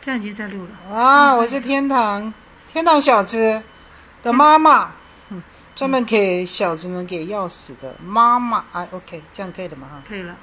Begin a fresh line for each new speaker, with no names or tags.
这样已经在录了。
啊，我是天堂天堂小子的妈妈，专门给小子们给钥匙的妈妈。啊，OK，这样可以了吗？哈。
可以了。